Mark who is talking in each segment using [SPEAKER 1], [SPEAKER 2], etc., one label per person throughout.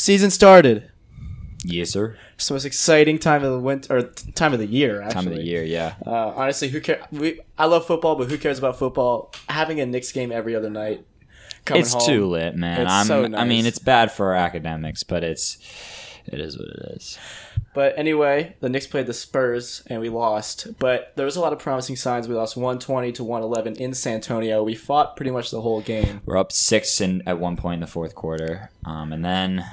[SPEAKER 1] Season started.
[SPEAKER 2] Yes, sir.
[SPEAKER 1] It's the most exciting time of the winter or t- time of the year. Actually.
[SPEAKER 2] Time of the year, yeah.
[SPEAKER 1] Uh, honestly, who cares? We I love football, but who cares about football? Having a Knicks game every other night. Coming
[SPEAKER 2] it's
[SPEAKER 1] home,
[SPEAKER 2] too lit, man.
[SPEAKER 1] It's
[SPEAKER 2] I'm,
[SPEAKER 1] so
[SPEAKER 2] I mean,
[SPEAKER 1] nice.
[SPEAKER 2] it's bad for our academics, but it's it is what it is.
[SPEAKER 1] But anyway, the Knicks played the Spurs and we lost. But there was a lot of promising signs. We lost 120 to 111 in San Antonio. We fought pretty much the whole game.
[SPEAKER 2] We're up six in, at one point in the fourth quarter, um, and then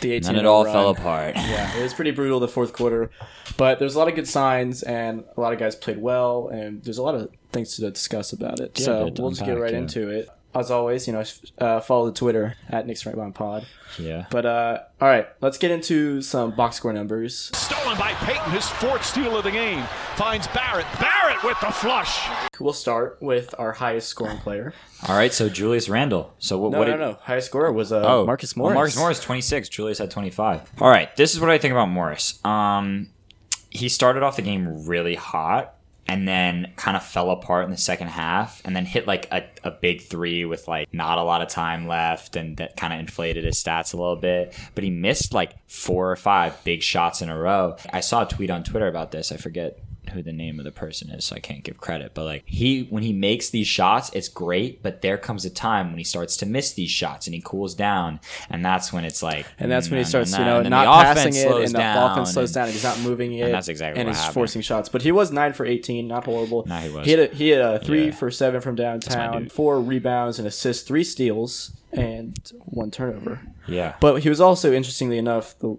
[SPEAKER 1] The
[SPEAKER 2] and
[SPEAKER 1] 18
[SPEAKER 2] then it all
[SPEAKER 1] run.
[SPEAKER 2] fell apart.
[SPEAKER 1] Yeah, it was pretty brutal the fourth quarter. But there's a lot of good signs and a lot of guys played well and there's a lot of things to discuss about it.
[SPEAKER 2] Yeah,
[SPEAKER 1] so
[SPEAKER 2] bit to
[SPEAKER 1] we'll just get
[SPEAKER 2] unpack,
[SPEAKER 1] right
[SPEAKER 2] yeah.
[SPEAKER 1] into it. As always, you know, uh, follow the Twitter at Knicks Right Bomb Pod.
[SPEAKER 2] Yeah.
[SPEAKER 1] But uh, all right, let's get into some box score numbers.
[SPEAKER 3] Stolen by Peyton, his fourth steal of the game. Finds Barrett. Barrett with the flush.
[SPEAKER 1] We'll start with our highest scoring player.
[SPEAKER 2] All right, so Julius Randle. So what?
[SPEAKER 1] No,
[SPEAKER 2] what
[SPEAKER 1] no,
[SPEAKER 2] did-
[SPEAKER 1] no. Highest scorer was uh,
[SPEAKER 2] Oh,
[SPEAKER 1] Marcus
[SPEAKER 2] well,
[SPEAKER 1] Morris.
[SPEAKER 2] Marcus Morris, 26. Julius had 25. All right, this is what I think about Morris. Um, he started off the game really hot and then kind of fell apart in the second half and then hit like a, a big three with like not a lot of time left and that kind of inflated his stats a little bit but he missed like four or five big shots in a row i saw a tweet on twitter about this i forget who the name of the person is so i can't give credit but like he when he makes these shots it's great but there comes a time when he starts to miss these shots and he cools down and that's when it's like
[SPEAKER 1] And that's when he
[SPEAKER 2] mm,
[SPEAKER 1] starts,
[SPEAKER 2] nah,
[SPEAKER 1] you
[SPEAKER 2] nah.
[SPEAKER 1] know,
[SPEAKER 2] And then
[SPEAKER 1] not
[SPEAKER 2] the offense
[SPEAKER 1] passing it,
[SPEAKER 2] slows
[SPEAKER 1] and the offense slows
[SPEAKER 2] and-
[SPEAKER 1] down, and he's not moving it.
[SPEAKER 2] that's exactly
[SPEAKER 1] And
[SPEAKER 2] what
[SPEAKER 1] he's
[SPEAKER 2] happened.
[SPEAKER 1] forcing shots, but he was nine for eighteen, not horrible.
[SPEAKER 2] Nah, he was.
[SPEAKER 1] He had a, he had a three
[SPEAKER 2] Yeah.
[SPEAKER 1] for seven from downtown,
[SPEAKER 2] dude.
[SPEAKER 1] four rebounds and assists, three steals, and one turnover.
[SPEAKER 2] yeah
[SPEAKER 1] But he was also, interestingly enough, the,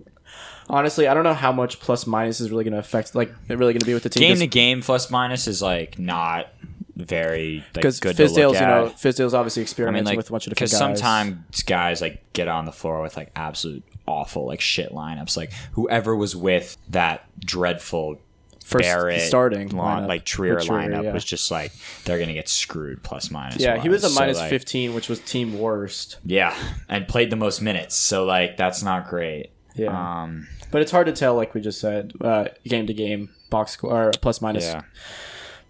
[SPEAKER 1] honestly, I don't know how much plus minus is really going to affect, like, really going to be with the team.
[SPEAKER 2] game
[SPEAKER 1] 'cause-
[SPEAKER 2] to game plus minus is like not very like,
[SPEAKER 1] because
[SPEAKER 2] good to look
[SPEAKER 1] Fizdale's, you know,
[SPEAKER 2] at.
[SPEAKER 1] Fizdale's obviously
[SPEAKER 2] I mean,
[SPEAKER 1] experimenting
[SPEAKER 2] like
[SPEAKER 1] with a bunch of different
[SPEAKER 2] because
[SPEAKER 1] guys.
[SPEAKER 2] sometimes guys like get on the floor with like absolute awful like shit lineups. Like whoever was with that dreadful
[SPEAKER 1] First
[SPEAKER 2] Barrett
[SPEAKER 1] starting
[SPEAKER 2] lawn,
[SPEAKER 1] lineup
[SPEAKER 2] like Trier
[SPEAKER 1] with Trier,
[SPEAKER 2] lineup
[SPEAKER 1] yeah.
[SPEAKER 2] was just like they're gonna get screwed plus minus.
[SPEAKER 1] yeah, he was a
[SPEAKER 2] wise. So,
[SPEAKER 1] minus
[SPEAKER 2] like,
[SPEAKER 1] fifteen, which was team worst.
[SPEAKER 2] Yeah, and played the most minutes, so like that's not great.
[SPEAKER 1] Yeah,
[SPEAKER 2] Um,
[SPEAKER 1] but it's hard to tell, like we just said, uh, game to game, box score, or plus minus.
[SPEAKER 2] yeah.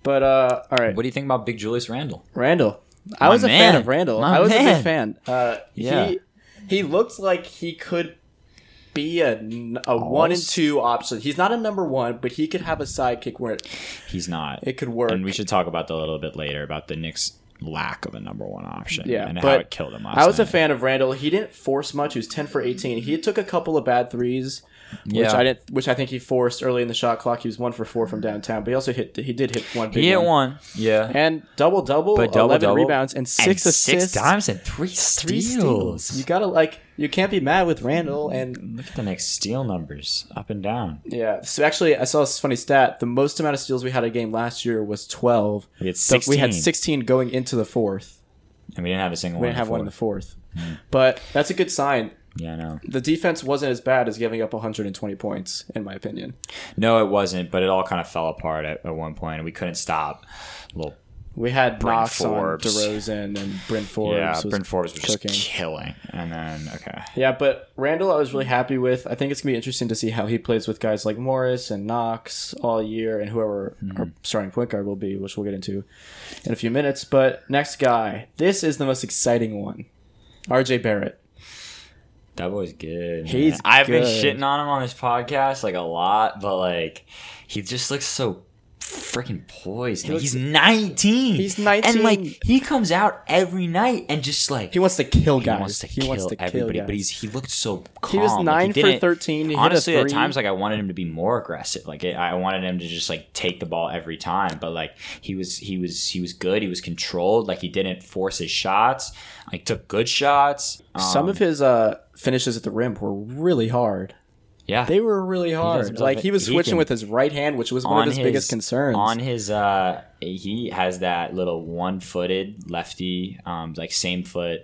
[SPEAKER 1] But uh, all right,
[SPEAKER 2] What do you think about Big Julius Randle?
[SPEAKER 1] Randall. I was a fan
[SPEAKER 2] man.
[SPEAKER 1] of Randall.
[SPEAKER 2] My
[SPEAKER 1] I was a
[SPEAKER 2] man.
[SPEAKER 1] big fan. Uh,
[SPEAKER 2] Yeah.
[SPEAKER 1] he he looked like he could be a, n- a one and two option. He's not a number one, but he could have a sidekick where it,
[SPEAKER 2] He's not.
[SPEAKER 1] it could work.
[SPEAKER 2] And we should talk about that a little bit later about the Knicks' lack of a number one option.
[SPEAKER 1] Yeah,
[SPEAKER 2] and how
[SPEAKER 1] but
[SPEAKER 2] it killed them. Last
[SPEAKER 1] I was a
[SPEAKER 2] night.
[SPEAKER 1] fan of Randall. He didn't force much. He was ten for eighteen. He took a couple of bad threes, which
[SPEAKER 2] Yeah.
[SPEAKER 1] I didn't. Which I think he forced early in the shot clock. He was one for four from downtown, but he also hit. He did hit one. Big
[SPEAKER 2] He hit
[SPEAKER 1] one.
[SPEAKER 2] one. Yeah.
[SPEAKER 1] and double double,
[SPEAKER 2] But double,
[SPEAKER 1] eleven
[SPEAKER 2] double.
[SPEAKER 1] rebounds and six
[SPEAKER 2] And
[SPEAKER 1] assists.
[SPEAKER 2] six dimes, and three
[SPEAKER 1] three
[SPEAKER 2] steals.
[SPEAKER 1] steals. You gotta like. You can't be mad with Randall. And
[SPEAKER 2] Look at the Knicks' steal numbers up and down.
[SPEAKER 1] yeah, so actually, I saw this funny stat. The most amount of steals we had a game last year was twelve.
[SPEAKER 2] We had
[SPEAKER 1] So We had
[SPEAKER 2] 16.
[SPEAKER 1] sixteen going into the fourth.
[SPEAKER 2] And we didn't have a single
[SPEAKER 1] We
[SPEAKER 2] one.
[SPEAKER 1] didn't have one in the
[SPEAKER 2] fourth.
[SPEAKER 1] fourth,
[SPEAKER 2] Mm-hmm.
[SPEAKER 1] but that's a good sign.
[SPEAKER 2] Yeah, no.
[SPEAKER 1] the defense wasn't as bad as giving up 120 points, in my opinion.
[SPEAKER 2] No, it wasn't, but it all kind of fell apart at, at one point, and we couldn't stop. Well,
[SPEAKER 1] We had
[SPEAKER 2] Bryn
[SPEAKER 1] Knox
[SPEAKER 2] Forbes.
[SPEAKER 1] on DeRozan and Brent Forbes.
[SPEAKER 2] yeah,
[SPEAKER 1] was
[SPEAKER 2] Bryn Forbes was just
[SPEAKER 1] cooking.
[SPEAKER 2] killing. And then, okay.
[SPEAKER 1] Yeah, but Randall, I was really happy with. I think it's gonna be interesting to see how he plays with guys like Morris and Knox all year, and whoever
[SPEAKER 2] Hmm.
[SPEAKER 1] our starting point guard will be, which we'll get into in a few minutes. But next guy, this is the most exciting one, R.J. Barrett.
[SPEAKER 2] That boy's good.
[SPEAKER 1] He's
[SPEAKER 2] man. I've been
[SPEAKER 1] good.
[SPEAKER 2] shitting on him on this podcast like a lot, but like he just looks so freaking poised. man.
[SPEAKER 1] looks-
[SPEAKER 2] he's 19.
[SPEAKER 1] He's
[SPEAKER 2] And
[SPEAKER 1] 19.
[SPEAKER 2] like he comes out every night and just like
[SPEAKER 1] He wants to kill
[SPEAKER 2] he
[SPEAKER 1] guys.
[SPEAKER 2] wants to kill everybody, but
[SPEAKER 1] guys.
[SPEAKER 2] he's he looked so calm.
[SPEAKER 1] He was
[SPEAKER 2] Like,
[SPEAKER 1] nine for
[SPEAKER 2] didn't-
[SPEAKER 1] 13, he hit a
[SPEAKER 2] honestly,
[SPEAKER 1] three.
[SPEAKER 2] at times like I wanted him to be more aggressive. Like I I wanted him to just like take the ball every time, but like he was he was he was good. He was controlled. Like he didn't force his shots. Like took good shots. Um,
[SPEAKER 1] Some of his uh, finishes at the rim were really hard.
[SPEAKER 2] yeah.
[SPEAKER 1] They were really hard.
[SPEAKER 2] does-
[SPEAKER 1] Like he was
[SPEAKER 2] he
[SPEAKER 1] switching
[SPEAKER 2] can-
[SPEAKER 1] with his right hand, which was one of his, biggest concerns.
[SPEAKER 2] On his, uh, he has that little one-footed lefty, um, like same foot.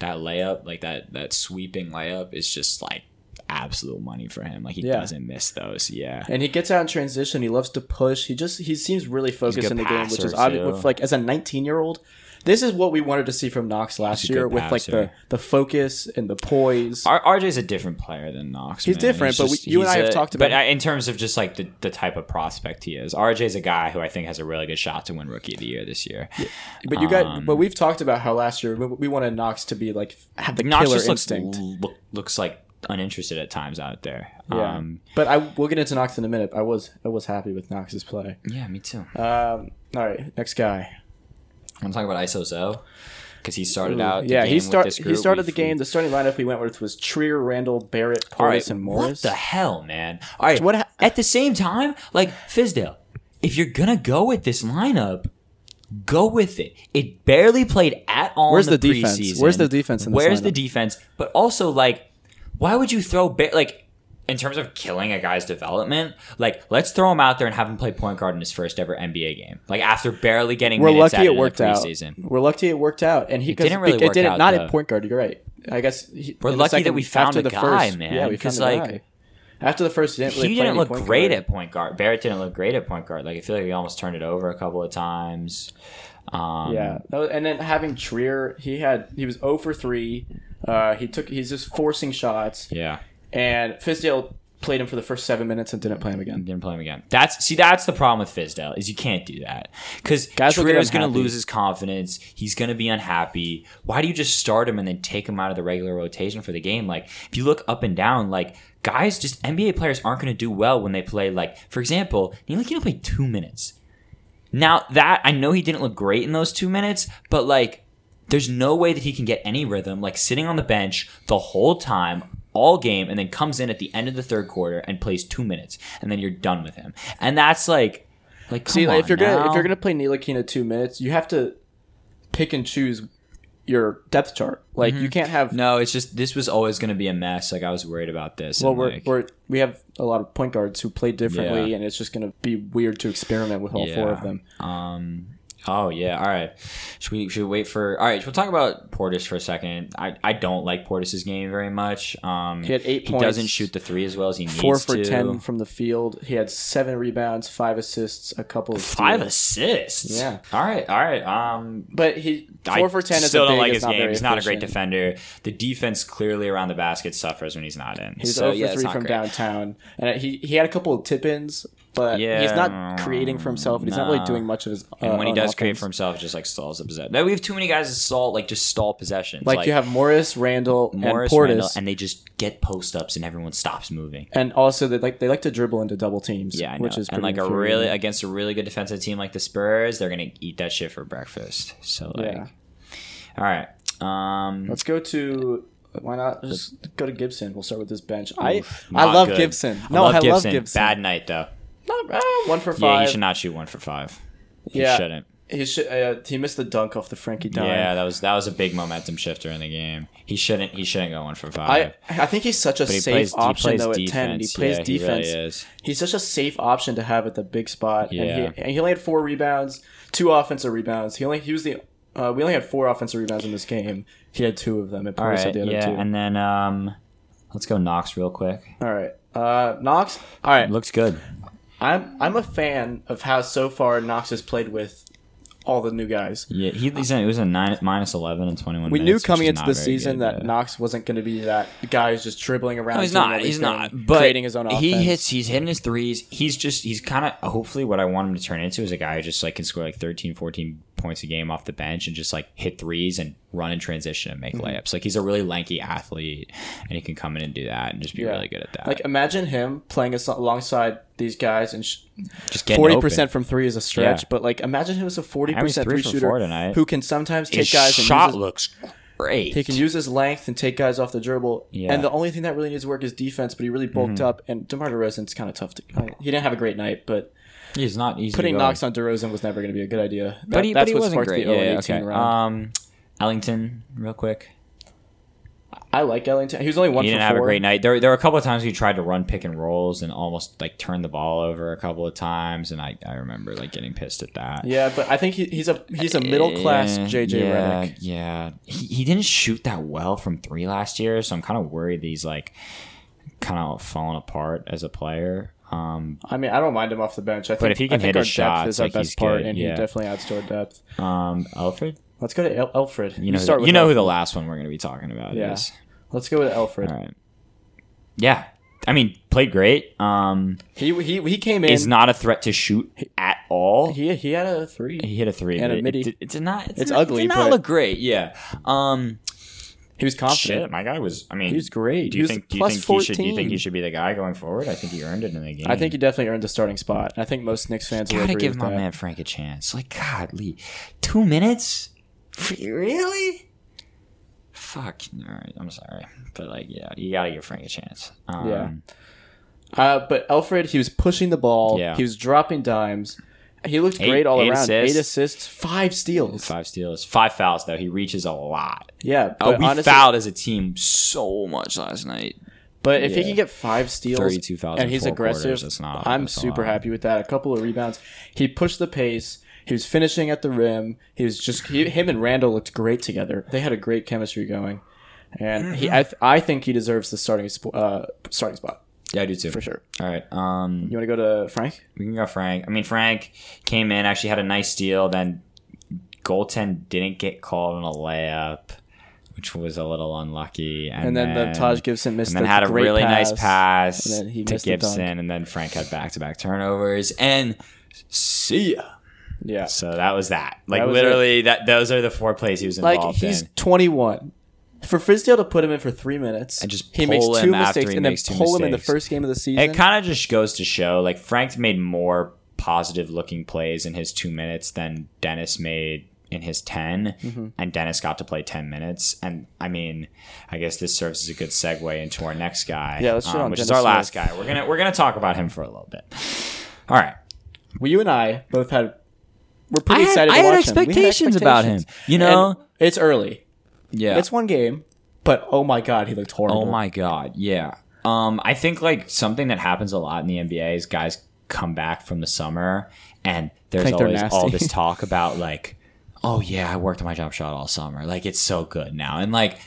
[SPEAKER 2] That layup, like that that sweeping layup, is just like absolute money for him. Like he
[SPEAKER 1] Yeah.
[SPEAKER 2] doesn't miss those. Yeah,
[SPEAKER 1] and he gets out in transition. He loves to push. He just he seems really focused
[SPEAKER 2] good
[SPEAKER 1] in the game, which is
[SPEAKER 2] passer,
[SPEAKER 1] obvious.
[SPEAKER 2] too.
[SPEAKER 1] With, like as a 19 year old, this is what we wanted to see from Knox last
[SPEAKER 2] a
[SPEAKER 1] year
[SPEAKER 2] good
[SPEAKER 1] with like the
[SPEAKER 2] passer.
[SPEAKER 1] the focus and the poise.
[SPEAKER 2] R- RJ's a different player than Knox.
[SPEAKER 1] He's
[SPEAKER 2] man.
[SPEAKER 1] different, but we-
[SPEAKER 2] just-
[SPEAKER 1] you and
[SPEAKER 2] he's
[SPEAKER 1] I have
[SPEAKER 2] a-
[SPEAKER 1] talked
[SPEAKER 2] But
[SPEAKER 1] about-
[SPEAKER 2] I- in terms of just like the, the type of prospect he is, RJ's a guy who I think has a really good shot to win Rookie of the Year this year.
[SPEAKER 1] but you
[SPEAKER 2] um,
[SPEAKER 1] got but we've talked about how last year we, we wanted Knox to be like have the
[SPEAKER 2] Knox
[SPEAKER 1] killer
[SPEAKER 2] just looks,
[SPEAKER 1] instinct.
[SPEAKER 2] look- looks like uninterested at times out there.
[SPEAKER 1] Yeah.
[SPEAKER 2] Um,
[SPEAKER 1] but I we'll get into Knox in a minute. I was I was happy with Knox's play.
[SPEAKER 2] yeah, me too.
[SPEAKER 1] Um, all right, next guy.
[SPEAKER 2] I'm talking about ISOZO because he started out. The
[SPEAKER 1] yeah,
[SPEAKER 2] game
[SPEAKER 1] he
[SPEAKER 2] with
[SPEAKER 1] start
[SPEAKER 2] this
[SPEAKER 1] he
[SPEAKER 2] group.
[SPEAKER 1] started
[SPEAKER 2] We
[SPEAKER 1] the game. The starting lineup we went with was Trier, Randall, Barrett, Portis,
[SPEAKER 2] All right,
[SPEAKER 1] and
[SPEAKER 2] What
[SPEAKER 1] Morris.
[SPEAKER 2] the hell, man? All right,
[SPEAKER 1] What
[SPEAKER 2] what
[SPEAKER 1] ha-
[SPEAKER 2] at the same time, like Fizdale, if you're gonna go with this lineup, go with it. It barely played at all.
[SPEAKER 1] Where's
[SPEAKER 2] in the,
[SPEAKER 1] the defense?
[SPEAKER 2] preseason.
[SPEAKER 1] Where's the defense in this
[SPEAKER 2] Where's the
[SPEAKER 1] lineup?
[SPEAKER 2] defense? But also, like, why would you throw Ba- like? In terms of killing a guy's development, like let's throw him out there and have him play point guard in his first ever NBA game. Like after barely getting
[SPEAKER 1] We're
[SPEAKER 2] minutes
[SPEAKER 1] lucky
[SPEAKER 2] added
[SPEAKER 1] it worked
[SPEAKER 2] in the
[SPEAKER 1] out.
[SPEAKER 2] preseason.
[SPEAKER 1] We're lucky it worked out, and he 'cause
[SPEAKER 2] didn't really
[SPEAKER 1] it
[SPEAKER 2] work
[SPEAKER 1] didn't-
[SPEAKER 2] out,
[SPEAKER 1] Not
[SPEAKER 2] though.
[SPEAKER 1] at point guard. You're right. I guess he,
[SPEAKER 2] We're
[SPEAKER 1] in the
[SPEAKER 2] lucky that
[SPEAKER 1] second-
[SPEAKER 2] we found
[SPEAKER 1] after
[SPEAKER 2] a
[SPEAKER 1] the
[SPEAKER 2] guy,
[SPEAKER 1] first,
[SPEAKER 2] man,
[SPEAKER 1] Yeah, we
[SPEAKER 2] 'cause,
[SPEAKER 1] found
[SPEAKER 2] like,
[SPEAKER 1] like guy. after the first, he didn't really
[SPEAKER 2] he
[SPEAKER 1] play
[SPEAKER 2] didn't
[SPEAKER 1] any
[SPEAKER 2] look
[SPEAKER 1] point
[SPEAKER 2] great
[SPEAKER 1] guard.
[SPEAKER 2] at point guard. Barrett didn't look great at point guard. Like I feel like he almost turned it over a couple of times. Um,
[SPEAKER 1] Yeah, That was- and then having Trier, he had he was 0 for three. Uh, he took he's just forcing shots,
[SPEAKER 2] yeah.
[SPEAKER 1] and Fizdale played him for the first seven minutes and didn't play him again.
[SPEAKER 2] Didn't play him again. That's see, that's the problem with Fizdale is you can't do that because
[SPEAKER 1] Guys will get
[SPEAKER 2] Trier is going to
[SPEAKER 1] unhappy.
[SPEAKER 2] lose his confidence. He's going to be unhappy. Why do you just start him and then take him out of the regular rotation for the game? Like if you look up and down, like guys, just NBA players aren't going to do well when they play. Like for example, Ntilikina played two minutes. Now that I know he didn't look great in those two minutes, but like there's no way that he can get any rhythm, like sitting on the bench the whole time, all game, and then comes in at the end of the third quarter and plays two minutes, and then you're done with him. And that's like, like come
[SPEAKER 1] See, like, if
[SPEAKER 2] on
[SPEAKER 1] you're gonna
[SPEAKER 2] now.
[SPEAKER 1] if you're gonna play Nilakina two minutes, you have to pick and choose your depth chart. Like
[SPEAKER 2] Mm-hmm.
[SPEAKER 1] you can't have
[SPEAKER 2] no, it's just this was always gonna be a mess. Like I was worried about this.
[SPEAKER 1] Well,
[SPEAKER 2] and,
[SPEAKER 1] we're,
[SPEAKER 2] like,
[SPEAKER 1] we're we have a lot of point guards who play differently,
[SPEAKER 2] Yeah.
[SPEAKER 1] and it's just going to be weird to experiment with all four
[SPEAKER 2] Yeah.
[SPEAKER 1] of them.
[SPEAKER 2] Um. Oh yeah. All right. Should we should we wait for? All right. We'll talk about Portis for a second. I, I don't like Portis's game very much. Um,
[SPEAKER 1] He had eight
[SPEAKER 2] He
[SPEAKER 1] points.
[SPEAKER 2] doesn't shoot the three as well as he needs
[SPEAKER 1] Four for
[SPEAKER 2] to.
[SPEAKER 1] ten from the field. He had seven rebounds, five assists, a couple of
[SPEAKER 2] Five
[SPEAKER 1] steals.
[SPEAKER 2] assists.
[SPEAKER 1] Yeah.
[SPEAKER 2] All right. All right. Um.
[SPEAKER 1] But he
[SPEAKER 2] I
[SPEAKER 1] four for ten.
[SPEAKER 2] still
[SPEAKER 1] as a
[SPEAKER 2] don't
[SPEAKER 1] big
[SPEAKER 2] like
[SPEAKER 1] is
[SPEAKER 2] his
[SPEAKER 1] not
[SPEAKER 2] game.
[SPEAKER 1] very
[SPEAKER 2] He's not a great
[SPEAKER 1] efficient.
[SPEAKER 2] defender. The defense clearly around the basket suffers when he's not in.
[SPEAKER 1] He's
[SPEAKER 2] so,
[SPEAKER 1] over
[SPEAKER 2] yeah, it's
[SPEAKER 1] three
[SPEAKER 2] not
[SPEAKER 1] from
[SPEAKER 2] great.
[SPEAKER 1] downtown, and he he had a couple of tip ins, but he's
[SPEAKER 2] Yeah,
[SPEAKER 1] not creating for himself, and he's not really
[SPEAKER 2] nah.
[SPEAKER 1] doing much of his. Uh,
[SPEAKER 2] And when he
[SPEAKER 1] own
[SPEAKER 2] does create
[SPEAKER 1] offense.
[SPEAKER 2] for himself, it just like stalls the possession. Now we have too many guys that stall like just stall possessions.
[SPEAKER 1] like, you have Morris, Randall,
[SPEAKER 2] Morris,
[SPEAKER 1] and Portis,
[SPEAKER 2] Randall,
[SPEAKER 1] and,
[SPEAKER 2] and they just get post ups and everyone stops moving.
[SPEAKER 1] also they like they like to dribble into double teams,
[SPEAKER 2] Yeah, I know.
[SPEAKER 1] which is
[SPEAKER 2] and
[SPEAKER 1] pretty
[SPEAKER 2] like a
[SPEAKER 1] infuriating.
[SPEAKER 2] really against a really good defensive team like the Spurs, they're gonna eat that shit for breakfast. So like,
[SPEAKER 1] Yeah.
[SPEAKER 2] all right, um,
[SPEAKER 1] Let's go to why not just go to Gibson. We'll start with this bench. I
[SPEAKER 2] oof,
[SPEAKER 1] I
[SPEAKER 2] not
[SPEAKER 1] love
[SPEAKER 2] good.
[SPEAKER 1] Gibson. No, I love Gibson.
[SPEAKER 2] Bad night though.
[SPEAKER 1] Not, uh, one for
[SPEAKER 2] Yeah,
[SPEAKER 1] five.
[SPEAKER 2] he should not shoot one for five. He
[SPEAKER 1] Yeah.
[SPEAKER 2] shouldn't.
[SPEAKER 1] He should. Uh, he missed the dunk off the Frankie dime.
[SPEAKER 2] Yeah, that was that was a big momentum shifter in the game. He shouldn't he shouldn't go one for five.
[SPEAKER 1] I I think he's such a
[SPEAKER 2] he
[SPEAKER 1] safe
[SPEAKER 2] plays- he
[SPEAKER 1] option
[SPEAKER 2] plays
[SPEAKER 1] though at ten. and He
[SPEAKER 2] defense.
[SPEAKER 1] plays
[SPEAKER 2] Yeah, he really
[SPEAKER 1] defense.
[SPEAKER 2] is.
[SPEAKER 1] He's such a safe option to have at the big spot.
[SPEAKER 2] Yeah.
[SPEAKER 1] And he, and he only had four rebounds, two offensive rebounds. He only he was the. Uh, we only had four offensive rebounds in this game. He had two of them. And
[SPEAKER 2] all
[SPEAKER 1] Portis
[SPEAKER 2] right,
[SPEAKER 1] had the other
[SPEAKER 2] yeah,
[SPEAKER 1] two.
[SPEAKER 2] and then um, let's go Knox real quick.
[SPEAKER 1] All right. Uh, Knox. All right.
[SPEAKER 2] Looks good.
[SPEAKER 1] I'm I'm a fan of how so far Knox has played with all the new guys.
[SPEAKER 2] Yeah, he, he's in, it was a nine, minus eleven and twenty one.
[SPEAKER 1] We knew coming into the season that Knox wasn't going to be that guy who's just dribbling around.
[SPEAKER 2] No, he's
[SPEAKER 1] doing
[SPEAKER 2] not. He's
[SPEAKER 1] everything,
[SPEAKER 2] not. But
[SPEAKER 1] creating his own offense.
[SPEAKER 2] He hits. He's hitting his threes. He's just. He's kind of. Hopefully, what I want him to turn into is a guy who just like can score like 13, 14 points a game off the bench and just like hit threes and run in transition and make
[SPEAKER 1] Mm-hmm.
[SPEAKER 2] layups. Like he's a really lanky athlete, and he can come in and do that and just be
[SPEAKER 1] Yeah.
[SPEAKER 2] really good at that.
[SPEAKER 1] Like imagine him playing as- alongside these guys and
[SPEAKER 2] just getting
[SPEAKER 1] forty
[SPEAKER 2] forty
[SPEAKER 1] percent from three is a stretch.
[SPEAKER 2] Yeah.
[SPEAKER 1] But like imagine him as a forty
[SPEAKER 2] I mean, he's
[SPEAKER 1] percent
[SPEAKER 2] three
[SPEAKER 1] three
[SPEAKER 2] for
[SPEAKER 1] shooter
[SPEAKER 2] four tonight.
[SPEAKER 1] who can sometimes
[SPEAKER 2] His
[SPEAKER 1] take guys
[SPEAKER 2] shot
[SPEAKER 1] and use his,
[SPEAKER 2] looks great.
[SPEAKER 1] he can use his length and take guys off the dribble.
[SPEAKER 2] Yeah. Mm-hmm.
[SPEAKER 1] And the only thing that really needs work is defense. But he really bulked up. And Demar Derozan's kind of tough. To, he didn't have a great night, but
[SPEAKER 2] he's not easy.
[SPEAKER 1] putting
[SPEAKER 2] to go.
[SPEAKER 1] Knox on DeRozan was never going to be a good idea. That,
[SPEAKER 2] but he,
[SPEAKER 1] that's
[SPEAKER 2] but he
[SPEAKER 1] what
[SPEAKER 2] wasn't
[SPEAKER 1] sparked
[SPEAKER 2] great.
[SPEAKER 1] the 0
[SPEAKER 2] yeah,
[SPEAKER 1] 18
[SPEAKER 2] okay.
[SPEAKER 1] round.
[SPEAKER 2] Um, Ellington, real quick.
[SPEAKER 1] I like Ellington. He was only one.
[SPEAKER 2] He
[SPEAKER 1] for
[SPEAKER 2] didn't have a
[SPEAKER 1] four.
[SPEAKER 2] great night. There, there were a couple of times he tried to run pick and rolls and almost like turned the ball over a couple of times, and I, I remember like getting pissed at that.
[SPEAKER 1] Yeah, but I think he, he's a he's a middle class
[SPEAKER 2] Yeah,
[SPEAKER 1] JJ
[SPEAKER 2] yeah,
[SPEAKER 1] Redick.
[SPEAKER 2] Yeah, he, he didn't shoot that well from three last year, so I'm kind of worried that he's like kind of falling apart as a player. Um,
[SPEAKER 1] I mean, I don't mind him off the bench. I think,
[SPEAKER 2] if he can
[SPEAKER 1] I think
[SPEAKER 2] hit
[SPEAKER 1] our
[SPEAKER 2] his
[SPEAKER 1] depth
[SPEAKER 2] shots,
[SPEAKER 1] is our
[SPEAKER 2] like,
[SPEAKER 1] best
[SPEAKER 2] he's
[SPEAKER 1] part,
[SPEAKER 2] good,
[SPEAKER 1] and he
[SPEAKER 2] yeah.
[SPEAKER 1] definitely adds to our depth.
[SPEAKER 2] um, Alfred,
[SPEAKER 1] Let's go to El- Alfred.
[SPEAKER 2] you know, who the-
[SPEAKER 1] start
[SPEAKER 2] you
[SPEAKER 1] with
[SPEAKER 2] know who the
[SPEAKER 1] Alfred.
[SPEAKER 2] last one we're going to be talking about
[SPEAKER 1] Yeah.
[SPEAKER 2] is.
[SPEAKER 1] Let's go with Alfred.
[SPEAKER 2] All right. Yeah, I mean, played great. Um,
[SPEAKER 1] He he he came in.
[SPEAKER 2] is not a threat to shoot at all.
[SPEAKER 1] he he had a three.
[SPEAKER 2] He hit a three
[SPEAKER 1] And
[SPEAKER 2] but
[SPEAKER 1] a
[SPEAKER 2] it-
[SPEAKER 1] midi.
[SPEAKER 2] It, did- it did not. It
[SPEAKER 1] It's
[SPEAKER 2] did not-
[SPEAKER 1] ugly,
[SPEAKER 2] It did not
[SPEAKER 1] but-
[SPEAKER 2] look great. Yeah. Um,
[SPEAKER 1] He was confident.
[SPEAKER 2] Shit, my guy was. I mean,
[SPEAKER 1] He was great.
[SPEAKER 2] Do
[SPEAKER 1] He
[SPEAKER 2] you
[SPEAKER 1] was
[SPEAKER 2] think? Do you
[SPEAKER 1] plus
[SPEAKER 2] think he should? Do you
[SPEAKER 1] 14.
[SPEAKER 2] think he should be the guy going forward? I think he earned it in the game.
[SPEAKER 1] I think he definitely earned the starting spot. I think most Knicks fans will
[SPEAKER 2] gotta
[SPEAKER 1] agree
[SPEAKER 2] give
[SPEAKER 1] with
[SPEAKER 2] my
[SPEAKER 1] that.
[SPEAKER 2] man Frank a chance. Like, God, Lee, two minutes? F- Really? Fuck. All right, I'm sorry, but like, yeah, you gotta give Frank a chance. Um,
[SPEAKER 1] Yeah. Uh, but Alfred, he was pushing the ball.
[SPEAKER 2] Yeah.
[SPEAKER 1] He was dropping dimes. He looked
[SPEAKER 2] Eight-
[SPEAKER 1] great all
[SPEAKER 2] eight
[SPEAKER 1] around.
[SPEAKER 2] assists.
[SPEAKER 1] Eight assists, five steals.
[SPEAKER 2] Five steals, five fouls though. He reaches a lot.
[SPEAKER 1] Yeah,
[SPEAKER 2] Oh,
[SPEAKER 1] but
[SPEAKER 2] we
[SPEAKER 1] honestly,
[SPEAKER 2] fouled as a team so much last night.
[SPEAKER 1] but if he
[SPEAKER 2] yeah.
[SPEAKER 1] can get five steals
[SPEAKER 2] 32 fouls
[SPEAKER 1] and
[SPEAKER 2] in
[SPEAKER 1] he's
[SPEAKER 2] four
[SPEAKER 1] aggressive,
[SPEAKER 2] quarters, that's not-
[SPEAKER 1] I'm
[SPEAKER 2] that's a
[SPEAKER 1] super
[SPEAKER 2] lot.
[SPEAKER 1] happy with that. A couple of rebounds. He pushed the pace. He was finishing at the rim. He was just he, him and Randall looked great together. They had a great chemistry going, and
[SPEAKER 2] Mm-hmm.
[SPEAKER 1] he I, th- I think he deserves the starting sp- uh, starting spot
[SPEAKER 2] Yeah, I do too.
[SPEAKER 1] for sure.
[SPEAKER 2] All right. Um,
[SPEAKER 1] You want to go to Frank?
[SPEAKER 2] We can go Frank. I mean, Frank came in, actually had a nice steal, then goaltend didn't get called on a layup, which was a little unlucky. And,
[SPEAKER 1] And then the Taj Gibson missed
[SPEAKER 2] And then
[SPEAKER 1] the
[SPEAKER 2] had a
[SPEAKER 1] great
[SPEAKER 2] really nice
[SPEAKER 1] pass,
[SPEAKER 2] pass
[SPEAKER 1] and then he
[SPEAKER 2] to
[SPEAKER 1] missed the dunk.
[SPEAKER 2] Gibson, and then Frank had back to back turnovers. And see ya.
[SPEAKER 1] Yeah.
[SPEAKER 2] So that was that. Like
[SPEAKER 1] That was
[SPEAKER 2] literally, that those are the four plays he was involved
[SPEAKER 1] Like he's
[SPEAKER 2] in.
[SPEAKER 1] 21. For Fizdale to put him in for three minutes,
[SPEAKER 2] And just
[SPEAKER 1] he makes
[SPEAKER 2] pull
[SPEAKER 1] two
[SPEAKER 2] him after
[SPEAKER 1] mistakes
[SPEAKER 2] he
[SPEAKER 1] and then
[SPEAKER 2] makes two
[SPEAKER 1] pull him in the
[SPEAKER 2] mistakes.
[SPEAKER 1] first game of the season.
[SPEAKER 2] It kind of just goes to show, like Frank made more positive looking plays in his two minutes than Dennis made in his 10
[SPEAKER 1] Mm-hmm.
[SPEAKER 2] and Dennis got to play ten minutes. And I mean, I guess this serves as a good segue into our next guy, um,
[SPEAKER 1] Yeah, let's shit on
[SPEAKER 2] which is
[SPEAKER 1] Dennis
[SPEAKER 2] our last
[SPEAKER 1] Smith.
[SPEAKER 2] guy. We're gonna we're gonna talk about him for a little bit. All right,
[SPEAKER 1] well, you and I both had we're
[SPEAKER 2] I
[SPEAKER 1] pretty
[SPEAKER 2] had-
[SPEAKER 1] excited.
[SPEAKER 2] I
[SPEAKER 1] to
[SPEAKER 2] had
[SPEAKER 1] watch Him. We had
[SPEAKER 2] expectations about him, you know?
[SPEAKER 1] And it's early.
[SPEAKER 2] yeah,
[SPEAKER 1] It's one game, but oh my god, he looked horrible.
[SPEAKER 2] Oh my god, yeah. Um, I think like something that happens a lot in the NBA is guys come back from the summer and there's
[SPEAKER 1] Think they're
[SPEAKER 2] always
[SPEAKER 1] nasty.
[SPEAKER 2] all this talk about like, oh yeah, I worked on my jump shot all summer. Like it's so good now, and like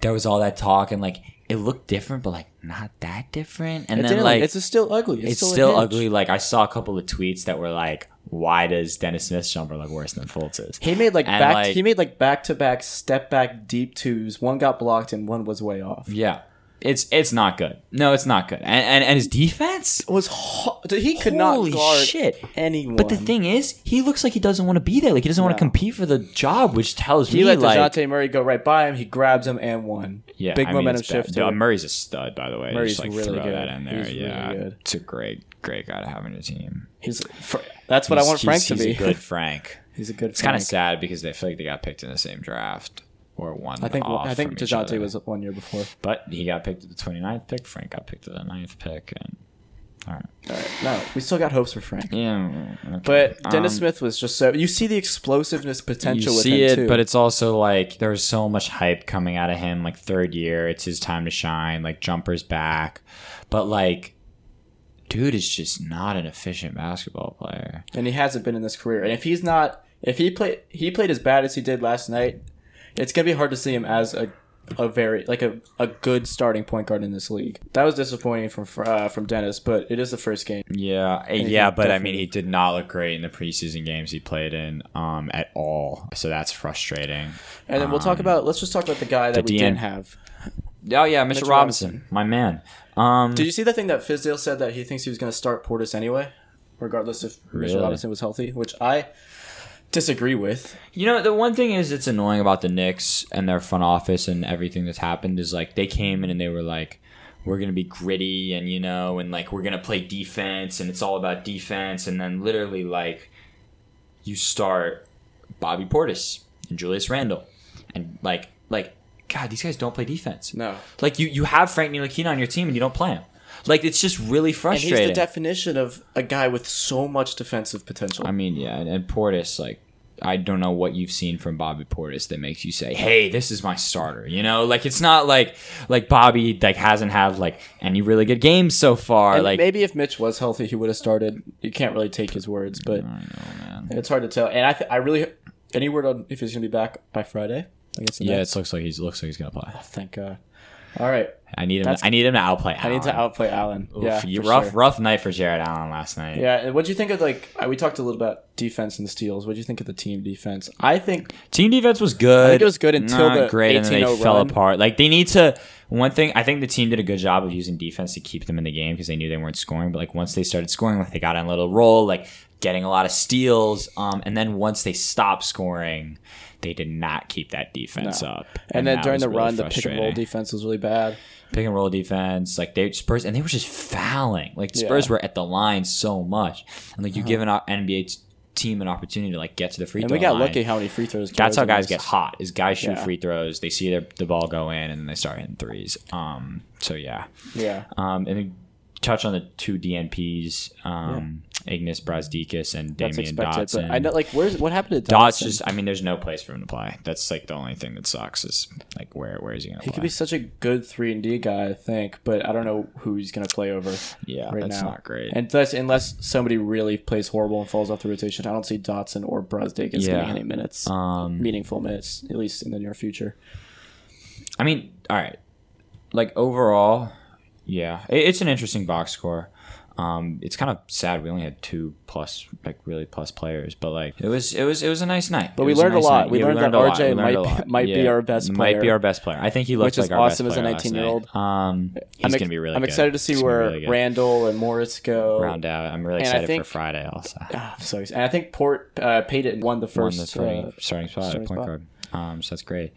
[SPEAKER 2] there was all that talk and like it looked different, but like not that different. And
[SPEAKER 1] It
[SPEAKER 2] then
[SPEAKER 1] didn't-
[SPEAKER 2] like
[SPEAKER 1] it's still ugly. It's,
[SPEAKER 2] it's
[SPEAKER 1] still, a
[SPEAKER 2] still
[SPEAKER 1] hitch.
[SPEAKER 2] ugly. Like I saw a couple of tweets that were like, why does Dennis Smith's jumper look worse than Fultz's?
[SPEAKER 1] He made like
[SPEAKER 2] And,
[SPEAKER 1] back.
[SPEAKER 2] like-
[SPEAKER 1] he made like back to back step back deep twos. One got blocked and one was way off.
[SPEAKER 2] Yeah. It's it's not good. No, it's not good. And and, and his defense
[SPEAKER 1] It was ho- dude, he could not guard anyone.
[SPEAKER 2] But the thing is, he looks like he doesn't want to be there. Like he doesn't want
[SPEAKER 1] No.
[SPEAKER 2] to compete for the job, which tells
[SPEAKER 1] He
[SPEAKER 2] me
[SPEAKER 1] let
[SPEAKER 2] like
[SPEAKER 1] Dejounte Murray go right by him. He grabs him and won.
[SPEAKER 2] yeah,
[SPEAKER 1] big
[SPEAKER 2] I mean,
[SPEAKER 1] momentum
[SPEAKER 2] it's bad.
[SPEAKER 1] shift.
[SPEAKER 2] Dude,
[SPEAKER 1] here.
[SPEAKER 2] Murray's a stud, by the way.
[SPEAKER 1] Murray's
[SPEAKER 2] Just, like,
[SPEAKER 1] really
[SPEAKER 2] throw
[SPEAKER 1] good.
[SPEAKER 2] that in there.
[SPEAKER 1] He's really
[SPEAKER 2] yeah,
[SPEAKER 1] good.
[SPEAKER 2] it's a great, great guy to have on your team.
[SPEAKER 1] He's, fr- that's what I
[SPEAKER 2] He's-
[SPEAKER 1] want Frank
[SPEAKER 2] he's-
[SPEAKER 1] to
[SPEAKER 2] he's
[SPEAKER 1] be.
[SPEAKER 2] A good Frank.
[SPEAKER 1] he's a good.
[SPEAKER 2] It's kind of sad because they feel like they got picked in the same draft or one.
[SPEAKER 1] I think
[SPEAKER 2] off
[SPEAKER 1] I think
[SPEAKER 2] from each other.
[SPEAKER 1] Dejounte was one year before.
[SPEAKER 2] but he got picked at the 29th pick. Frank got picked at the 9th pick, and all right,
[SPEAKER 1] All right, no, we still got hopes for Frank.
[SPEAKER 2] yeah. okay.
[SPEAKER 1] But Dennis
[SPEAKER 2] Um,
[SPEAKER 1] Smith was just so. You see the explosiveness potential
[SPEAKER 2] you
[SPEAKER 1] with
[SPEAKER 2] see
[SPEAKER 1] him
[SPEAKER 2] it,
[SPEAKER 1] too.
[SPEAKER 2] but it's also like there was so much hype coming out of him. Like third year, it's his time to shine. Like jumpers back, but like, dude is just not an efficient basketball player.
[SPEAKER 1] and he hasn't been in this career. And if he's not, if he played, he played as bad as he did last night. It's gonna be hard to see him as a, a very like a, a good starting point guard in this league. That was disappointing from Fr- uh, from Dennis, but it is the first game.
[SPEAKER 2] Yeah, eh, yeah, but I mean,
[SPEAKER 1] definitely-
[SPEAKER 2] he did not look great in the preseason games he played in um, at all. So that's frustrating.
[SPEAKER 1] And then we'll talk about. Let's just talk about the guy that
[SPEAKER 2] Um, the
[SPEAKER 1] we
[SPEAKER 2] DN.
[SPEAKER 1] didn't have.
[SPEAKER 2] Oh yeah, Mitchell,
[SPEAKER 1] Mitchell
[SPEAKER 2] Robinson,
[SPEAKER 1] Robinson.
[SPEAKER 2] my man. Um,
[SPEAKER 1] Did you see the thing that Fizdale said that he thinks he was going to start Portis anyway, regardless if
[SPEAKER 2] Really?
[SPEAKER 1] Mitchell Robinson was healthy, which I disagree with.
[SPEAKER 2] You know, the one thing is it's annoying about the Knicks and their front office and everything that's happened is like they came in and they were like, we're going to be gritty and, you know, and like we're going to play defense and it's all about defense. And then literally, like, you start Bobby Portis and Julius Randle and like, like, God, these guys don't play defense.
[SPEAKER 1] No.
[SPEAKER 2] Like, you, you have Frank Ntilikina on your team and you don't play him. Like, it's just really
[SPEAKER 1] And
[SPEAKER 2] frustrating.
[SPEAKER 1] he's the definition of a guy with so much defensive potential.
[SPEAKER 2] I mean, yeah, and, and Portis, like, I don't know what you've seen from Bobby Portis that makes you say, "Hey, this is my starter." You know, like it's not like like Bobby like hasn't had like any really good games so far.
[SPEAKER 1] And
[SPEAKER 2] like,
[SPEAKER 1] maybe if Mitch was healthy, he would have started. You can't really take his words, but it's hard to tell. And I, th- I really any word on if he's going to be back by Friday. I guess.
[SPEAKER 2] yeah, it looks like he's looks like he's gonna play.
[SPEAKER 1] Thank God. uh, All right,
[SPEAKER 2] I need him.
[SPEAKER 1] That's-
[SPEAKER 2] I need him to outplay.
[SPEAKER 1] I need to outplay Allen. yeah,
[SPEAKER 2] you
[SPEAKER 1] for
[SPEAKER 2] rough
[SPEAKER 1] sure.
[SPEAKER 2] rough night for Jared Allen last night.
[SPEAKER 1] Yeah, and what do you think of like I- we talked a little about defense and steals? What do you think of the team defense? I think
[SPEAKER 2] Team defense was good.
[SPEAKER 1] it was good until
[SPEAKER 2] Not
[SPEAKER 1] the
[SPEAKER 2] great, and then they
[SPEAKER 1] 18-0
[SPEAKER 2] fell
[SPEAKER 1] run.
[SPEAKER 2] apart. Like they need to. One thing I think the team did a good job of using defense to keep them in the game because they knew they weren't scoring. But like once they started scoring, like they got on a little roll, like getting a lot of steals. Um, and then once they stopped scoring, they did not keep that defense
[SPEAKER 1] No.
[SPEAKER 2] up.
[SPEAKER 1] And, then
[SPEAKER 2] that
[SPEAKER 1] during
[SPEAKER 2] was
[SPEAKER 1] the
[SPEAKER 2] really
[SPEAKER 1] run, the pick and roll
[SPEAKER 2] frustrating
[SPEAKER 1] defense was really bad.
[SPEAKER 2] pick and roll defense. Like they Spurs and they were just fouling. Like the Spurs
[SPEAKER 1] Yeah. Uh-huh.
[SPEAKER 2] were at the line so much, and like you give an o- NBA t- team an opportunity to like get to the free
[SPEAKER 1] And
[SPEAKER 2] throw.
[SPEAKER 1] we got
[SPEAKER 2] line.
[SPEAKER 1] lucky how many free throws.
[SPEAKER 2] That's how
[SPEAKER 1] Jordan
[SPEAKER 2] guys get
[SPEAKER 1] missed.
[SPEAKER 2] hot. Is guys shoot
[SPEAKER 1] Yeah.
[SPEAKER 2] free throws, they see their, the ball go in, and then they start hitting threes. Um. So yeah.
[SPEAKER 1] Yeah.
[SPEAKER 2] Um. And then touch on the two DNPs. Um. Ignis Brazdikis and
[SPEAKER 1] That's
[SPEAKER 2] Damian
[SPEAKER 1] expected.
[SPEAKER 2] Dotson.
[SPEAKER 1] But I know, like, where's what happened to Dotson?
[SPEAKER 2] Dot's just. I mean, there's no place for him to play. That's like the only thing that sucks is like where where is he gonna
[SPEAKER 1] He
[SPEAKER 2] play?
[SPEAKER 1] could be such a good three and D guy, I think, but I don't know who he's going to play over.
[SPEAKER 2] Yeah,
[SPEAKER 1] right
[SPEAKER 2] that's
[SPEAKER 1] now.
[SPEAKER 2] not great.
[SPEAKER 1] And thus, unless somebody really plays horrible and falls off the rotation, I don't see Dotson or Brusdakis
[SPEAKER 2] Yeah.
[SPEAKER 1] getting any minutes,
[SPEAKER 2] Um,
[SPEAKER 1] meaningful minutes, at least in the near future.
[SPEAKER 2] I mean, all right. Like overall, yeah, it, it's an interesting box score. Um, it's kind of sad we only had two plus, like really plus players, but like it was, it was, it was a nice night. But
[SPEAKER 1] we learned a lot. We learned that RJ might be- might be our best
[SPEAKER 2] Might be
[SPEAKER 1] player.
[SPEAKER 2] our best player. I think he looked
[SPEAKER 1] Which is
[SPEAKER 2] like our
[SPEAKER 1] awesome
[SPEAKER 2] best
[SPEAKER 1] as a
[SPEAKER 2] player last
[SPEAKER 1] 19-year-old.
[SPEAKER 2] night. Um, he's
[SPEAKER 1] I'm ex-
[SPEAKER 2] gonna be really.
[SPEAKER 1] I'm
[SPEAKER 2] good.
[SPEAKER 1] excited to see
[SPEAKER 2] He's gonna be
[SPEAKER 1] where
[SPEAKER 2] really good.
[SPEAKER 1] Randall and Morris go.
[SPEAKER 2] round out. I'm really
[SPEAKER 1] And I
[SPEAKER 2] excited
[SPEAKER 1] think-
[SPEAKER 2] for Friday also.
[SPEAKER 1] Ah, I'm so excited. And I think Port uh, Payton won the
[SPEAKER 2] Won the
[SPEAKER 1] first.
[SPEAKER 2] starting,
[SPEAKER 1] uh,
[SPEAKER 2] starting spot,
[SPEAKER 1] starting
[SPEAKER 2] at point
[SPEAKER 1] spot.
[SPEAKER 2] guard. Um, so that's great.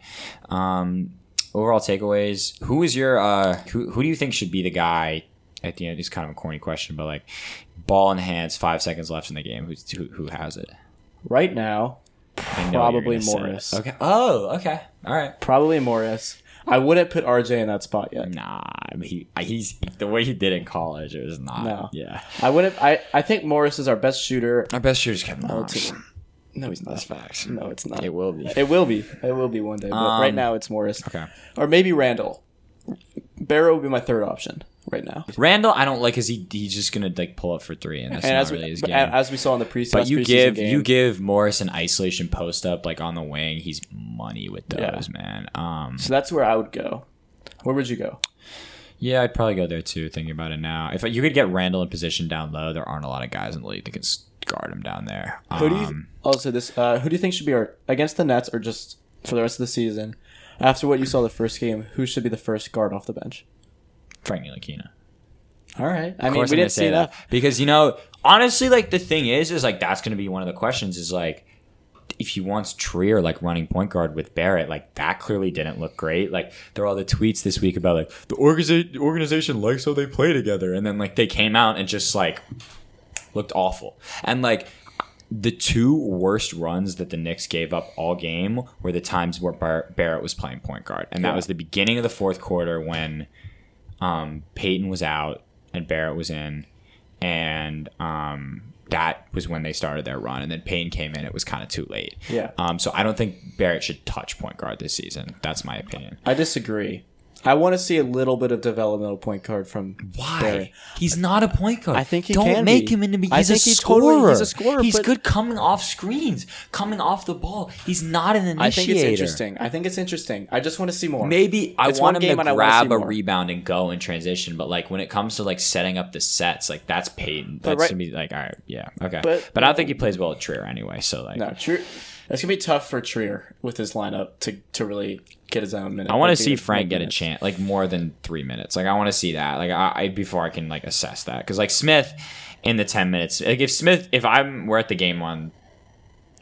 [SPEAKER 2] Um, overall takeaways: Who is your uh, who? Who do you think should be the guy at the end? It's kind of a corny question, but like ball in hands, five seconds left in the game. Who's who? Who has it?
[SPEAKER 1] right now,
[SPEAKER 2] I know what you're
[SPEAKER 1] Probably
[SPEAKER 2] gonna say.
[SPEAKER 1] Morris.
[SPEAKER 2] Okay. Oh, okay. All right.
[SPEAKER 1] probably Morris. I wouldn't put RJ in that spot yet.
[SPEAKER 2] Nah, I mean, he he's the way he did in college. It was not.
[SPEAKER 1] No.
[SPEAKER 2] Yeah.
[SPEAKER 1] I wouldn't. I, I think Morris is our best shooter.
[SPEAKER 2] Our best shooter's Kevin Knox.
[SPEAKER 1] it's- No, he's not.
[SPEAKER 2] That's facts.
[SPEAKER 1] No, it's not.
[SPEAKER 2] It will be.
[SPEAKER 1] It will be. It will be one day. But right
[SPEAKER 2] Um,
[SPEAKER 1] now, it's Morris.
[SPEAKER 2] Okay.
[SPEAKER 1] Or maybe Randall. Barrow would be my third option right now.
[SPEAKER 2] Randall, I don't like because he he's just gonna like pull up for three, and that's
[SPEAKER 1] And
[SPEAKER 2] not
[SPEAKER 1] as we,
[SPEAKER 2] really his
[SPEAKER 1] but
[SPEAKER 2] game.
[SPEAKER 1] as we saw in the pre-
[SPEAKER 2] But
[SPEAKER 1] last preseason,
[SPEAKER 2] you give
[SPEAKER 1] game,
[SPEAKER 2] you give Morris an isolation post up like on the wing. He's money with those
[SPEAKER 1] Yeah.
[SPEAKER 2] man. Um,
[SPEAKER 1] So that's where I would go. Where would you go?
[SPEAKER 2] yeah, I'd probably go there too. Thinking about it now, if you could get Randall in position down low, there aren't a lot of guys in the league that can s- guard him down there. Um,
[SPEAKER 1] Who do you also this? Uh, who do you think should be our against the Nets or just for the rest of the season? After what you saw the first game, who should be the first guard off the bench?
[SPEAKER 2] Frank Ntilikina.
[SPEAKER 1] All right. I mean,
[SPEAKER 2] Of
[SPEAKER 1] we
[SPEAKER 2] course, I'm gonna
[SPEAKER 1] didn't see
[SPEAKER 2] say that
[SPEAKER 1] enough.
[SPEAKER 2] because you know, honestly, like the thing is, is like that's gonna be one of the questions. Is like if he wants Trier like running point guard with Barrett, like that clearly didn't look great. Like there were all the tweets this week about like the organiza- organization likes how they play together, and then like they came out and just like looked awful, and like. The two worst runs that the Knicks gave up all game were the times where Bar- Barrett was playing point guard, and that
[SPEAKER 1] Yeah.
[SPEAKER 2] was the beginning of the fourth quarter when um, Peyton was out and Barrett was in, and um, that was when they started their run. And then Payne came in; it was kind of too late.
[SPEAKER 1] Yeah.
[SPEAKER 2] Um, so I don't think Barrett should touch point guard this season. That's my opinion.
[SPEAKER 1] I disagree. I want to see a little bit of developmental point guard from
[SPEAKER 2] Why?
[SPEAKER 1] Barrett.
[SPEAKER 2] He's not a point guard.
[SPEAKER 1] I think he
[SPEAKER 2] don't
[SPEAKER 1] can
[SPEAKER 2] make
[SPEAKER 1] be.
[SPEAKER 2] him into be.
[SPEAKER 1] I
[SPEAKER 2] He's a
[SPEAKER 1] think he
[SPEAKER 2] scorer.
[SPEAKER 1] totally- he's a scorer,
[SPEAKER 2] He's
[SPEAKER 1] but-
[SPEAKER 2] good coming off screens, coming off the ball. He's not an initiator.
[SPEAKER 1] I think it's interesting. I think it's interesting. I just want to see more.
[SPEAKER 2] Maybe I
[SPEAKER 1] It's
[SPEAKER 2] want
[SPEAKER 1] one
[SPEAKER 2] him
[SPEAKER 1] game
[SPEAKER 2] to
[SPEAKER 1] and I wanna
[SPEAKER 2] grab
[SPEAKER 1] see
[SPEAKER 2] a
[SPEAKER 1] more.
[SPEAKER 2] rebound and go in transition, but like when it comes to like setting up the sets, like that's Peyton. That's
[SPEAKER 1] right-
[SPEAKER 2] gonna be like all right, yeah, okay. But,
[SPEAKER 1] But-
[SPEAKER 2] I don't think he plays well at Trier anyway. So like,
[SPEAKER 1] No, Trier. It's gonna be tough for Trier with his lineup to to really get his own minute.
[SPEAKER 2] I want
[SPEAKER 1] Like,
[SPEAKER 2] to see
[SPEAKER 1] get-
[SPEAKER 2] Frank
[SPEAKER 1] make
[SPEAKER 2] get a
[SPEAKER 1] minutes.
[SPEAKER 2] chance, like more than three minutes. Like I want to see that, like I, I before I can like assess that, because like Smith in the ten minutes, like if Smith, if I'm we're at the game on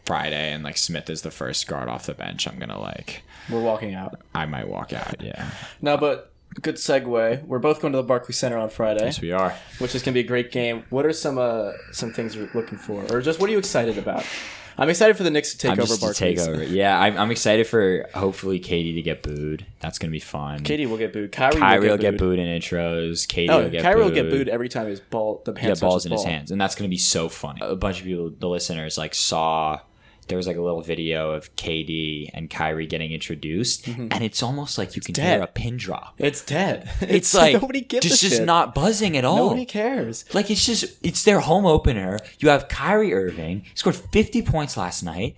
[SPEAKER 2] Friday and like Smith is the first guard off the bench, I'm gonna like
[SPEAKER 1] We're walking out.
[SPEAKER 2] I might walk out. Yeah,
[SPEAKER 1] No, but good segue. We're both going to the Barclays Center on Friday,
[SPEAKER 2] yes we are.
[SPEAKER 1] which is gonna be a great game. What are some uh some things you're looking for, or just what are you excited about? I'm excited for the Knicks to take
[SPEAKER 2] I'm
[SPEAKER 1] over
[SPEAKER 2] just to
[SPEAKER 1] Barclays.
[SPEAKER 2] take over. Yeah, I'm, I'm excited for hopefully Katie to get booed. That's gonna be fun.
[SPEAKER 1] Katie will get booed. Kyrie,
[SPEAKER 2] Kyrie
[SPEAKER 1] will get booed.
[SPEAKER 2] in intros. Katie
[SPEAKER 1] No,
[SPEAKER 2] will get
[SPEAKER 1] Kyrie
[SPEAKER 2] booed.
[SPEAKER 1] will get booed every time his ball the
[SPEAKER 2] yeah,
[SPEAKER 1] hand
[SPEAKER 2] balls
[SPEAKER 1] touches
[SPEAKER 2] in his
[SPEAKER 1] ball.
[SPEAKER 2] hands, and that's gonna be so funny. A bunch of people, the listeners, like saw there was like a little video of KD and Kyrie getting introduced, and it's almost like you can
[SPEAKER 1] Mm-hmm. dead.
[SPEAKER 2] hear a pin drop.
[SPEAKER 1] It's dead.
[SPEAKER 2] It's, like
[SPEAKER 1] nobody gives
[SPEAKER 2] it's
[SPEAKER 1] a
[SPEAKER 2] just
[SPEAKER 1] shit.
[SPEAKER 2] not buzzing at all.
[SPEAKER 1] Nobody cares.
[SPEAKER 2] Like it's just it's their home opener. You have Kyrie Irving he scored 50 points last night,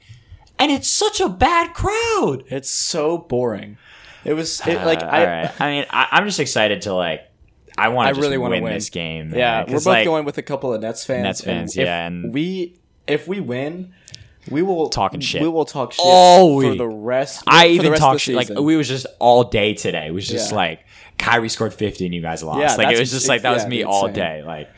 [SPEAKER 2] and it's such a bad crowd.
[SPEAKER 1] It's so boring. It was it, like
[SPEAKER 2] Uh,
[SPEAKER 1] I.
[SPEAKER 2] all right. I mean, I, I'm just excited to like. I want.
[SPEAKER 1] I really
[SPEAKER 2] want
[SPEAKER 1] wanna
[SPEAKER 2] to
[SPEAKER 1] win.
[SPEAKER 2] this game.
[SPEAKER 1] Yeah,
[SPEAKER 2] man,
[SPEAKER 1] we're
[SPEAKER 2] 'cause,
[SPEAKER 1] both
[SPEAKER 2] like,
[SPEAKER 1] going with a couple of Nets fans.
[SPEAKER 2] Nets
[SPEAKER 1] and
[SPEAKER 2] fans, yeah,
[SPEAKER 1] if
[SPEAKER 2] and-
[SPEAKER 1] we if we win, we will
[SPEAKER 2] Talking shit.
[SPEAKER 1] We will talk shit
[SPEAKER 2] All
[SPEAKER 1] for
[SPEAKER 2] week.
[SPEAKER 1] the rest.
[SPEAKER 2] I
[SPEAKER 1] for the
[SPEAKER 2] even
[SPEAKER 1] rest of
[SPEAKER 2] talked
[SPEAKER 1] the
[SPEAKER 2] shit. Like
[SPEAKER 1] season.
[SPEAKER 2] we was just all day today. It was just
[SPEAKER 1] Yeah.
[SPEAKER 2] like Kyrie scored 50 and you guys lost.
[SPEAKER 1] Yeah,
[SPEAKER 2] like it
[SPEAKER 1] that's-
[SPEAKER 2] was just like that was
[SPEAKER 1] yeah,
[SPEAKER 2] me
[SPEAKER 1] it's
[SPEAKER 2] all
[SPEAKER 1] insane.
[SPEAKER 2] day. Like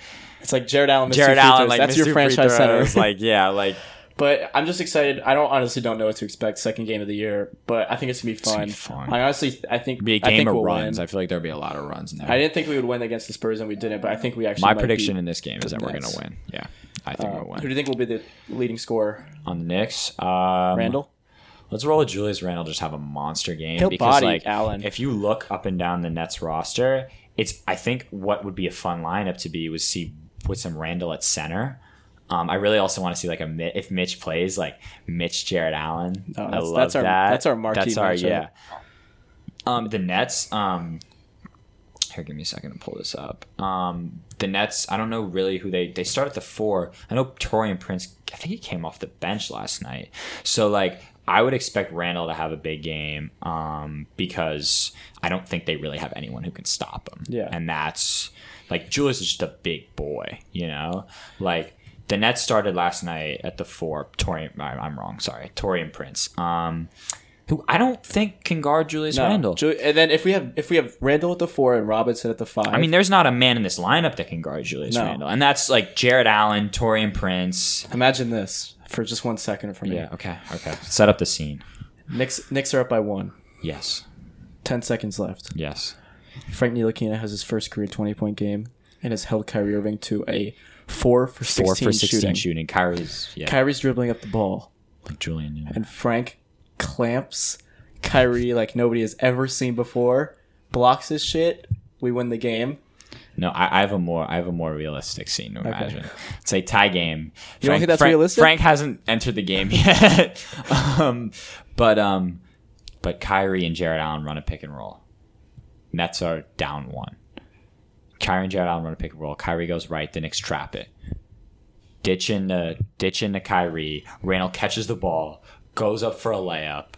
[SPEAKER 1] It's like Jared Allen, missed
[SPEAKER 2] Jared
[SPEAKER 1] two free
[SPEAKER 2] Allen,
[SPEAKER 1] throws.
[SPEAKER 2] like
[SPEAKER 1] that's
[SPEAKER 2] missed
[SPEAKER 1] your
[SPEAKER 2] two free
[SPEAKER 1] franchise
[SPEAKER 2] throws.
[SPEAKER 1] center.
[SPEAKER 2] Like yeah, like
[SPEAKER 1] But I'm just excited. I don't honestly don't know what to expect second game of the year, but I think it's gonna be
[SPEAKER 2] gonna
[SPEAKER 1] fun.
[SPEAKER 2] be fun.
[SPEAKER 1] I honestly, I think
[SPEAKER 2] be a
[SPEAKER 1] I
[SPEAKER 2] game
[SPEAKER 1] think
[SPEAKER 2] of
[SPEAKER 1] we'll
[SPEAKER 2] runs.
[SPEAKER 1] Win.
[SPEAKER 2] I feel like there'll be a lot of runs in there.
[SPEAKER 1] I didn't think we would win against the Spurs, and we didn't. But I think we actually.
[SPEAKER 2] My
[SPEAKER 1] might
[SPEAKER 2] prediction
[SPEAKER 1] beat-
[SPEAKER 2] in this game is that we're gonna
[SPEAKER 1] Nets.
[SPEAKER 2] win. Yeah, I think
[SPEAKER 1] uh,
[SPEAKER 2] we'll
[SPEAKER 1] who do
[SPEAKER 2] win
[SPEAKER 1] you think will be the leading scorer?
[SPEAKER 2] on the Knicks. Um,
[SPEAKER 1] Randall.
[SPEAKER 2] Let's roll with Julius Randle. Just have a monster game
[SPEAKER 1] He'll
[SPEAKER 2] because,
[SPEAKER 1] body
[SPEAKER 2] like,
[SPEAKER 1] Allen.
[SPEAKER 2] if you look up and down the Nets roster, it's I think what would be a fun lineup to be was see with some Randall at center. Um, I really also want to see like a Mi- if Mitch plays like Mitch Jared Allen.
[SPEAKER 1] No,
[SPEAKER 2] I
[SPEAKER 1] that's-
[SPEAKER 2] love
[SPEAKER 1] that's our-
[SPEAKER 2] that.
[SPEAKER 1] that's our marquee
[SPEAKER 2] That's our
[SPEAKER 1] matchup.
[SPEAKER 2] yeah. Um, the Nets. Um, here, give me a second to pull this up. Um, the Nets. I don't know really who they they start at the four. I know Torian Prince. I think he came off the bench last night. So like, I would expect Randall to have a big game um, because I don't think they really have anyone who can stop him.
[SPEAKER 1] Yeah.
[SPEAKER 2] and that's like Julius is just a big boy. You know, like. The Nets started last night at the four. Torian, I- I'm wrong. Sorry, Torian Prince. Um, who I don't think can guard Julius
[SPEAKER 1] No,
[SPEAKER 2] Randle.
[SPEAKER 1] Ju- and then if we have if we have Randall at the four and Robinson at the five,
[SPEAKER 2] I mean, there's not a man in this lineup that can guard Julius
[SPEAKER 1] No.
[SPEAKER 2] Randle, and that's like Jared Allen, Torian Prince.
[SPEAKER 1] imagine this for just one second for me.
[SPEAKER 2] Yeah. Okay. Okay. Set up the scene.
[SPEAKER 1] Knicks Knicks are up by one.
[SPEAKER 2] Yes.
[SPEAKER 1] Ten seconds left.
[SPEAKER 2] Yes.
[SPEAKER 1] Frank Ntilikina has his first career twenty point game and has held Kyrie Irving to a four for sixteen,
[SPEAKER 2] Four for sixteen
[SPEAKER 1] shooting.
[SPEAKER 2] shooting. Kyrie's yeah.
[SPEAKER 1] Kyrie's dribbling up the ball,
[SPEAKER 2] like Julian. Newman.
[SPEAKER 1] and Frank clamps Kyrie like nobody has ever seen before. Blocks his shit. We win the game.
[SPEAKER 2] No, I, I have a more I have a more realistic scene to imagine. It's a tie game. You
[SPEAKER 1] don't think that's
[SPEAKER 2] Frank,
[SPEAKER 1] realistic?
[SPEAKER 2] Frank hasn't entered the game yet, um, but um, but Kyrie and Jared Allen run a pick and roll. Nets are down one. Kyrie and Jared Allen run a pick and roll. Kyrie goes right. The Knicks trap it. Ditch in the ditch in the Kyrie. Randall catches the ball, goes up for a layup.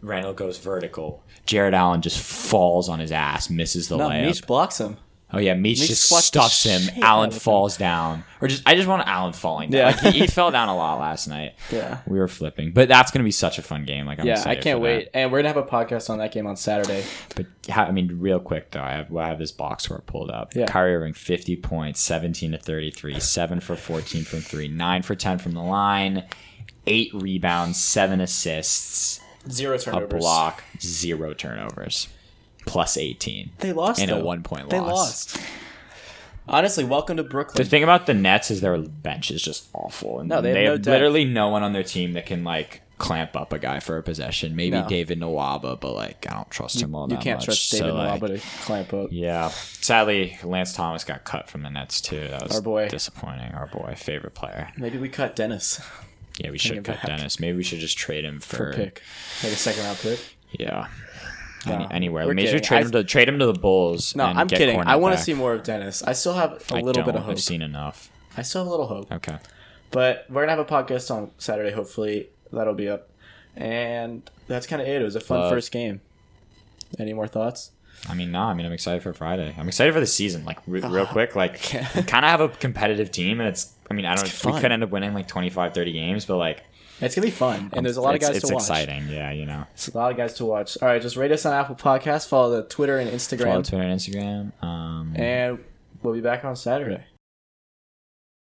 [SPEAKER 2] Randall goes vertical. Jared Allen just falls on his ass, misses the
[SPEAKER 1] No,
[SPEAKER 2] layup.
[SPEAKER 1] Meach blocks him.
[SPEAKER 2] Oh yeah, Meach, just
[SPEAKER 1] swats the
[SPEAKER 2] stuffs him.
[SPEAKER 1] shit out
[SPEAKER 2] Allen
[SPEAKER 1] of him.
[SPEAKER 2] falls down, or just I just want Allen falling down.
[SPEAKER 1] Yeah.
[SPEAKER 2] Like, he, he fell down a lot last night.
[SPEAKER 1] Yeah.
[SPEAKER 2] we were flipping, but that's gonna be such a fun game. Like I'm
[SPEAKER 1] Yeah, I
[SPEAKER 2] excited
[SPEAKER 1] can't
[SPEAKER 2] for that.
[SPEAKER 1] wait. And we're gonna have a podcast on that game on Saturday.
[SPEAKER 2] But ha- I mean, real quick though, I have, I have this box score pulled up.
[SPEAKER 1] Yeah.
[SPEAKER 2] Kyrie Irving, 50 points, 17 to 33, 7 for 14 from 3, 9 for 10 from the line, 8 rebounds, 7 assists,
[SPEAKER 1] Zero
[SPEAKER 2] a
[SPEAKER 1] turnovers.
[SPEAKER 2] block, 0 turnovers, plus 18.
[SPEAKER 1] They lost.
[SPEAKER 2] And a
[SPEAKER 1] though.
[SPEAKER 2] one-point
[SPEAKER 1] They
[SPEAKER 2] loss.
[SPEAKER 1] lost. Honestly, welcome to
[SPEAKER 2] The
[SPEAKER 1] Brooklyn.
[SPEAKER 2] thing about the Nets is their bench is just awful, and
[SPEAKER 1] No, they have no
[SPEAKER 2] have
[SPEAKER 1] depth.
[SPEAKER 2] literally no one on their team that can like clamp up a guy for a possession. Maybe
[SPEAKER 1] No.
[SPEAKER 2] David Nawaba, but like I don't trust him all
[SPEAKER 1] you
[SPEAKER 2] that
[SPEAKER 1] can't
[SPEAKER 2] much.
[SPEAKER 1] trust
[SPEAKER 2] so,
[SPEAKER 1] David
[SPEAKER 2] like,
[SPEAKER 1] Nawaba to clamp up.
[SPEAKER 2] Yeah, sadly, Lance Thomas got cut from the Nets too. That was
[SPEAKER 1] Our boy.
[SPEAKER 2] disappointing. Our boy, favorite player.
[SPEAKER 1] Maybe we cut Dennis
[SPEAKER 2] Yeah, we should
[SPEAKER 1] him
[SPEAKER 2] cut
[SPEAKER 1] back.
[SPEAKER 2] Dennis. Maybe we should just trade him for,
[SPEAKER 1] for a pick, like a second round pick.
[SPEAKER 2] Yeah. Any,
[SPEAKER 1] No,
[SPEAKER 2] anywhere.
[SPEAKER 1] we're
[SPEAKER 2] Maybe we
[SPEAKER 1] kidding.
[SPEAKER 2] trade
[SPEAKER 1] I-
[SPEAKER 2] him to trade him to the Bulls.
[SPEAKER 1] No,
[SPEAKER 2] and
[SPEAKER 1] I'm
[SPEAKER 2] get
[SPEAKER 1] kidding. I want
[SPEAKER 2] cornerback.
[SPEAKER 1] to see more of Dennis. I still have a
[SPEAKER 2] I
[SPEAKER 1] little bit
[SPEAKER 2] don't.
[SPEAKER 1] of hope.
[SPEAKER 2] I've seen enough.
[SPEAKER 1] I still have a little hope.
[SPEAKER 2] Okay.
[SPEAKER 1] But we're gonna have a podcast on Saturday. Hopefully that'll be up. And that's kind of it. It was a fun
[SPEAKER 2] Love.
[SPEAKER 1] first game. Any more thoughts?
[SPEAKER 2] I mean, nah. I mean, I'm excited for Friday. I'm excited for the season. Like, re-
[SPEAKER 1] Oh.
[SPEAKER 2] real quick, like, kind of have a competitive team, and it's. I mean, I don't.
[SPEAKER 1] It's
[SPEAKER 2] We
[SPEAKER 1] fun.
[SPEAKER 2] could end up winning like 25, 30 games, but like,
[SPEAKER 1] It's gonna be fun, and there's a lot of
[SPEAKER 2] it's,
[SPEAKER 1] guys
[SPEAKER 2] It's
[SPEAKER 1] to watch.
[SPEAKER 2] exciting. Yeah, you know.
[SPEAKER 1] It's a lot of guys to watch. All right, just rate us on Apple Podcasts. Follow the Twitter and
[SPEAKER 2] Follow
[SPEAKER 1] Instagram,
[SPEAKER 2] Twitter and Instagram. Um,
[SPEAKER 1] and we'll be back on Saturday.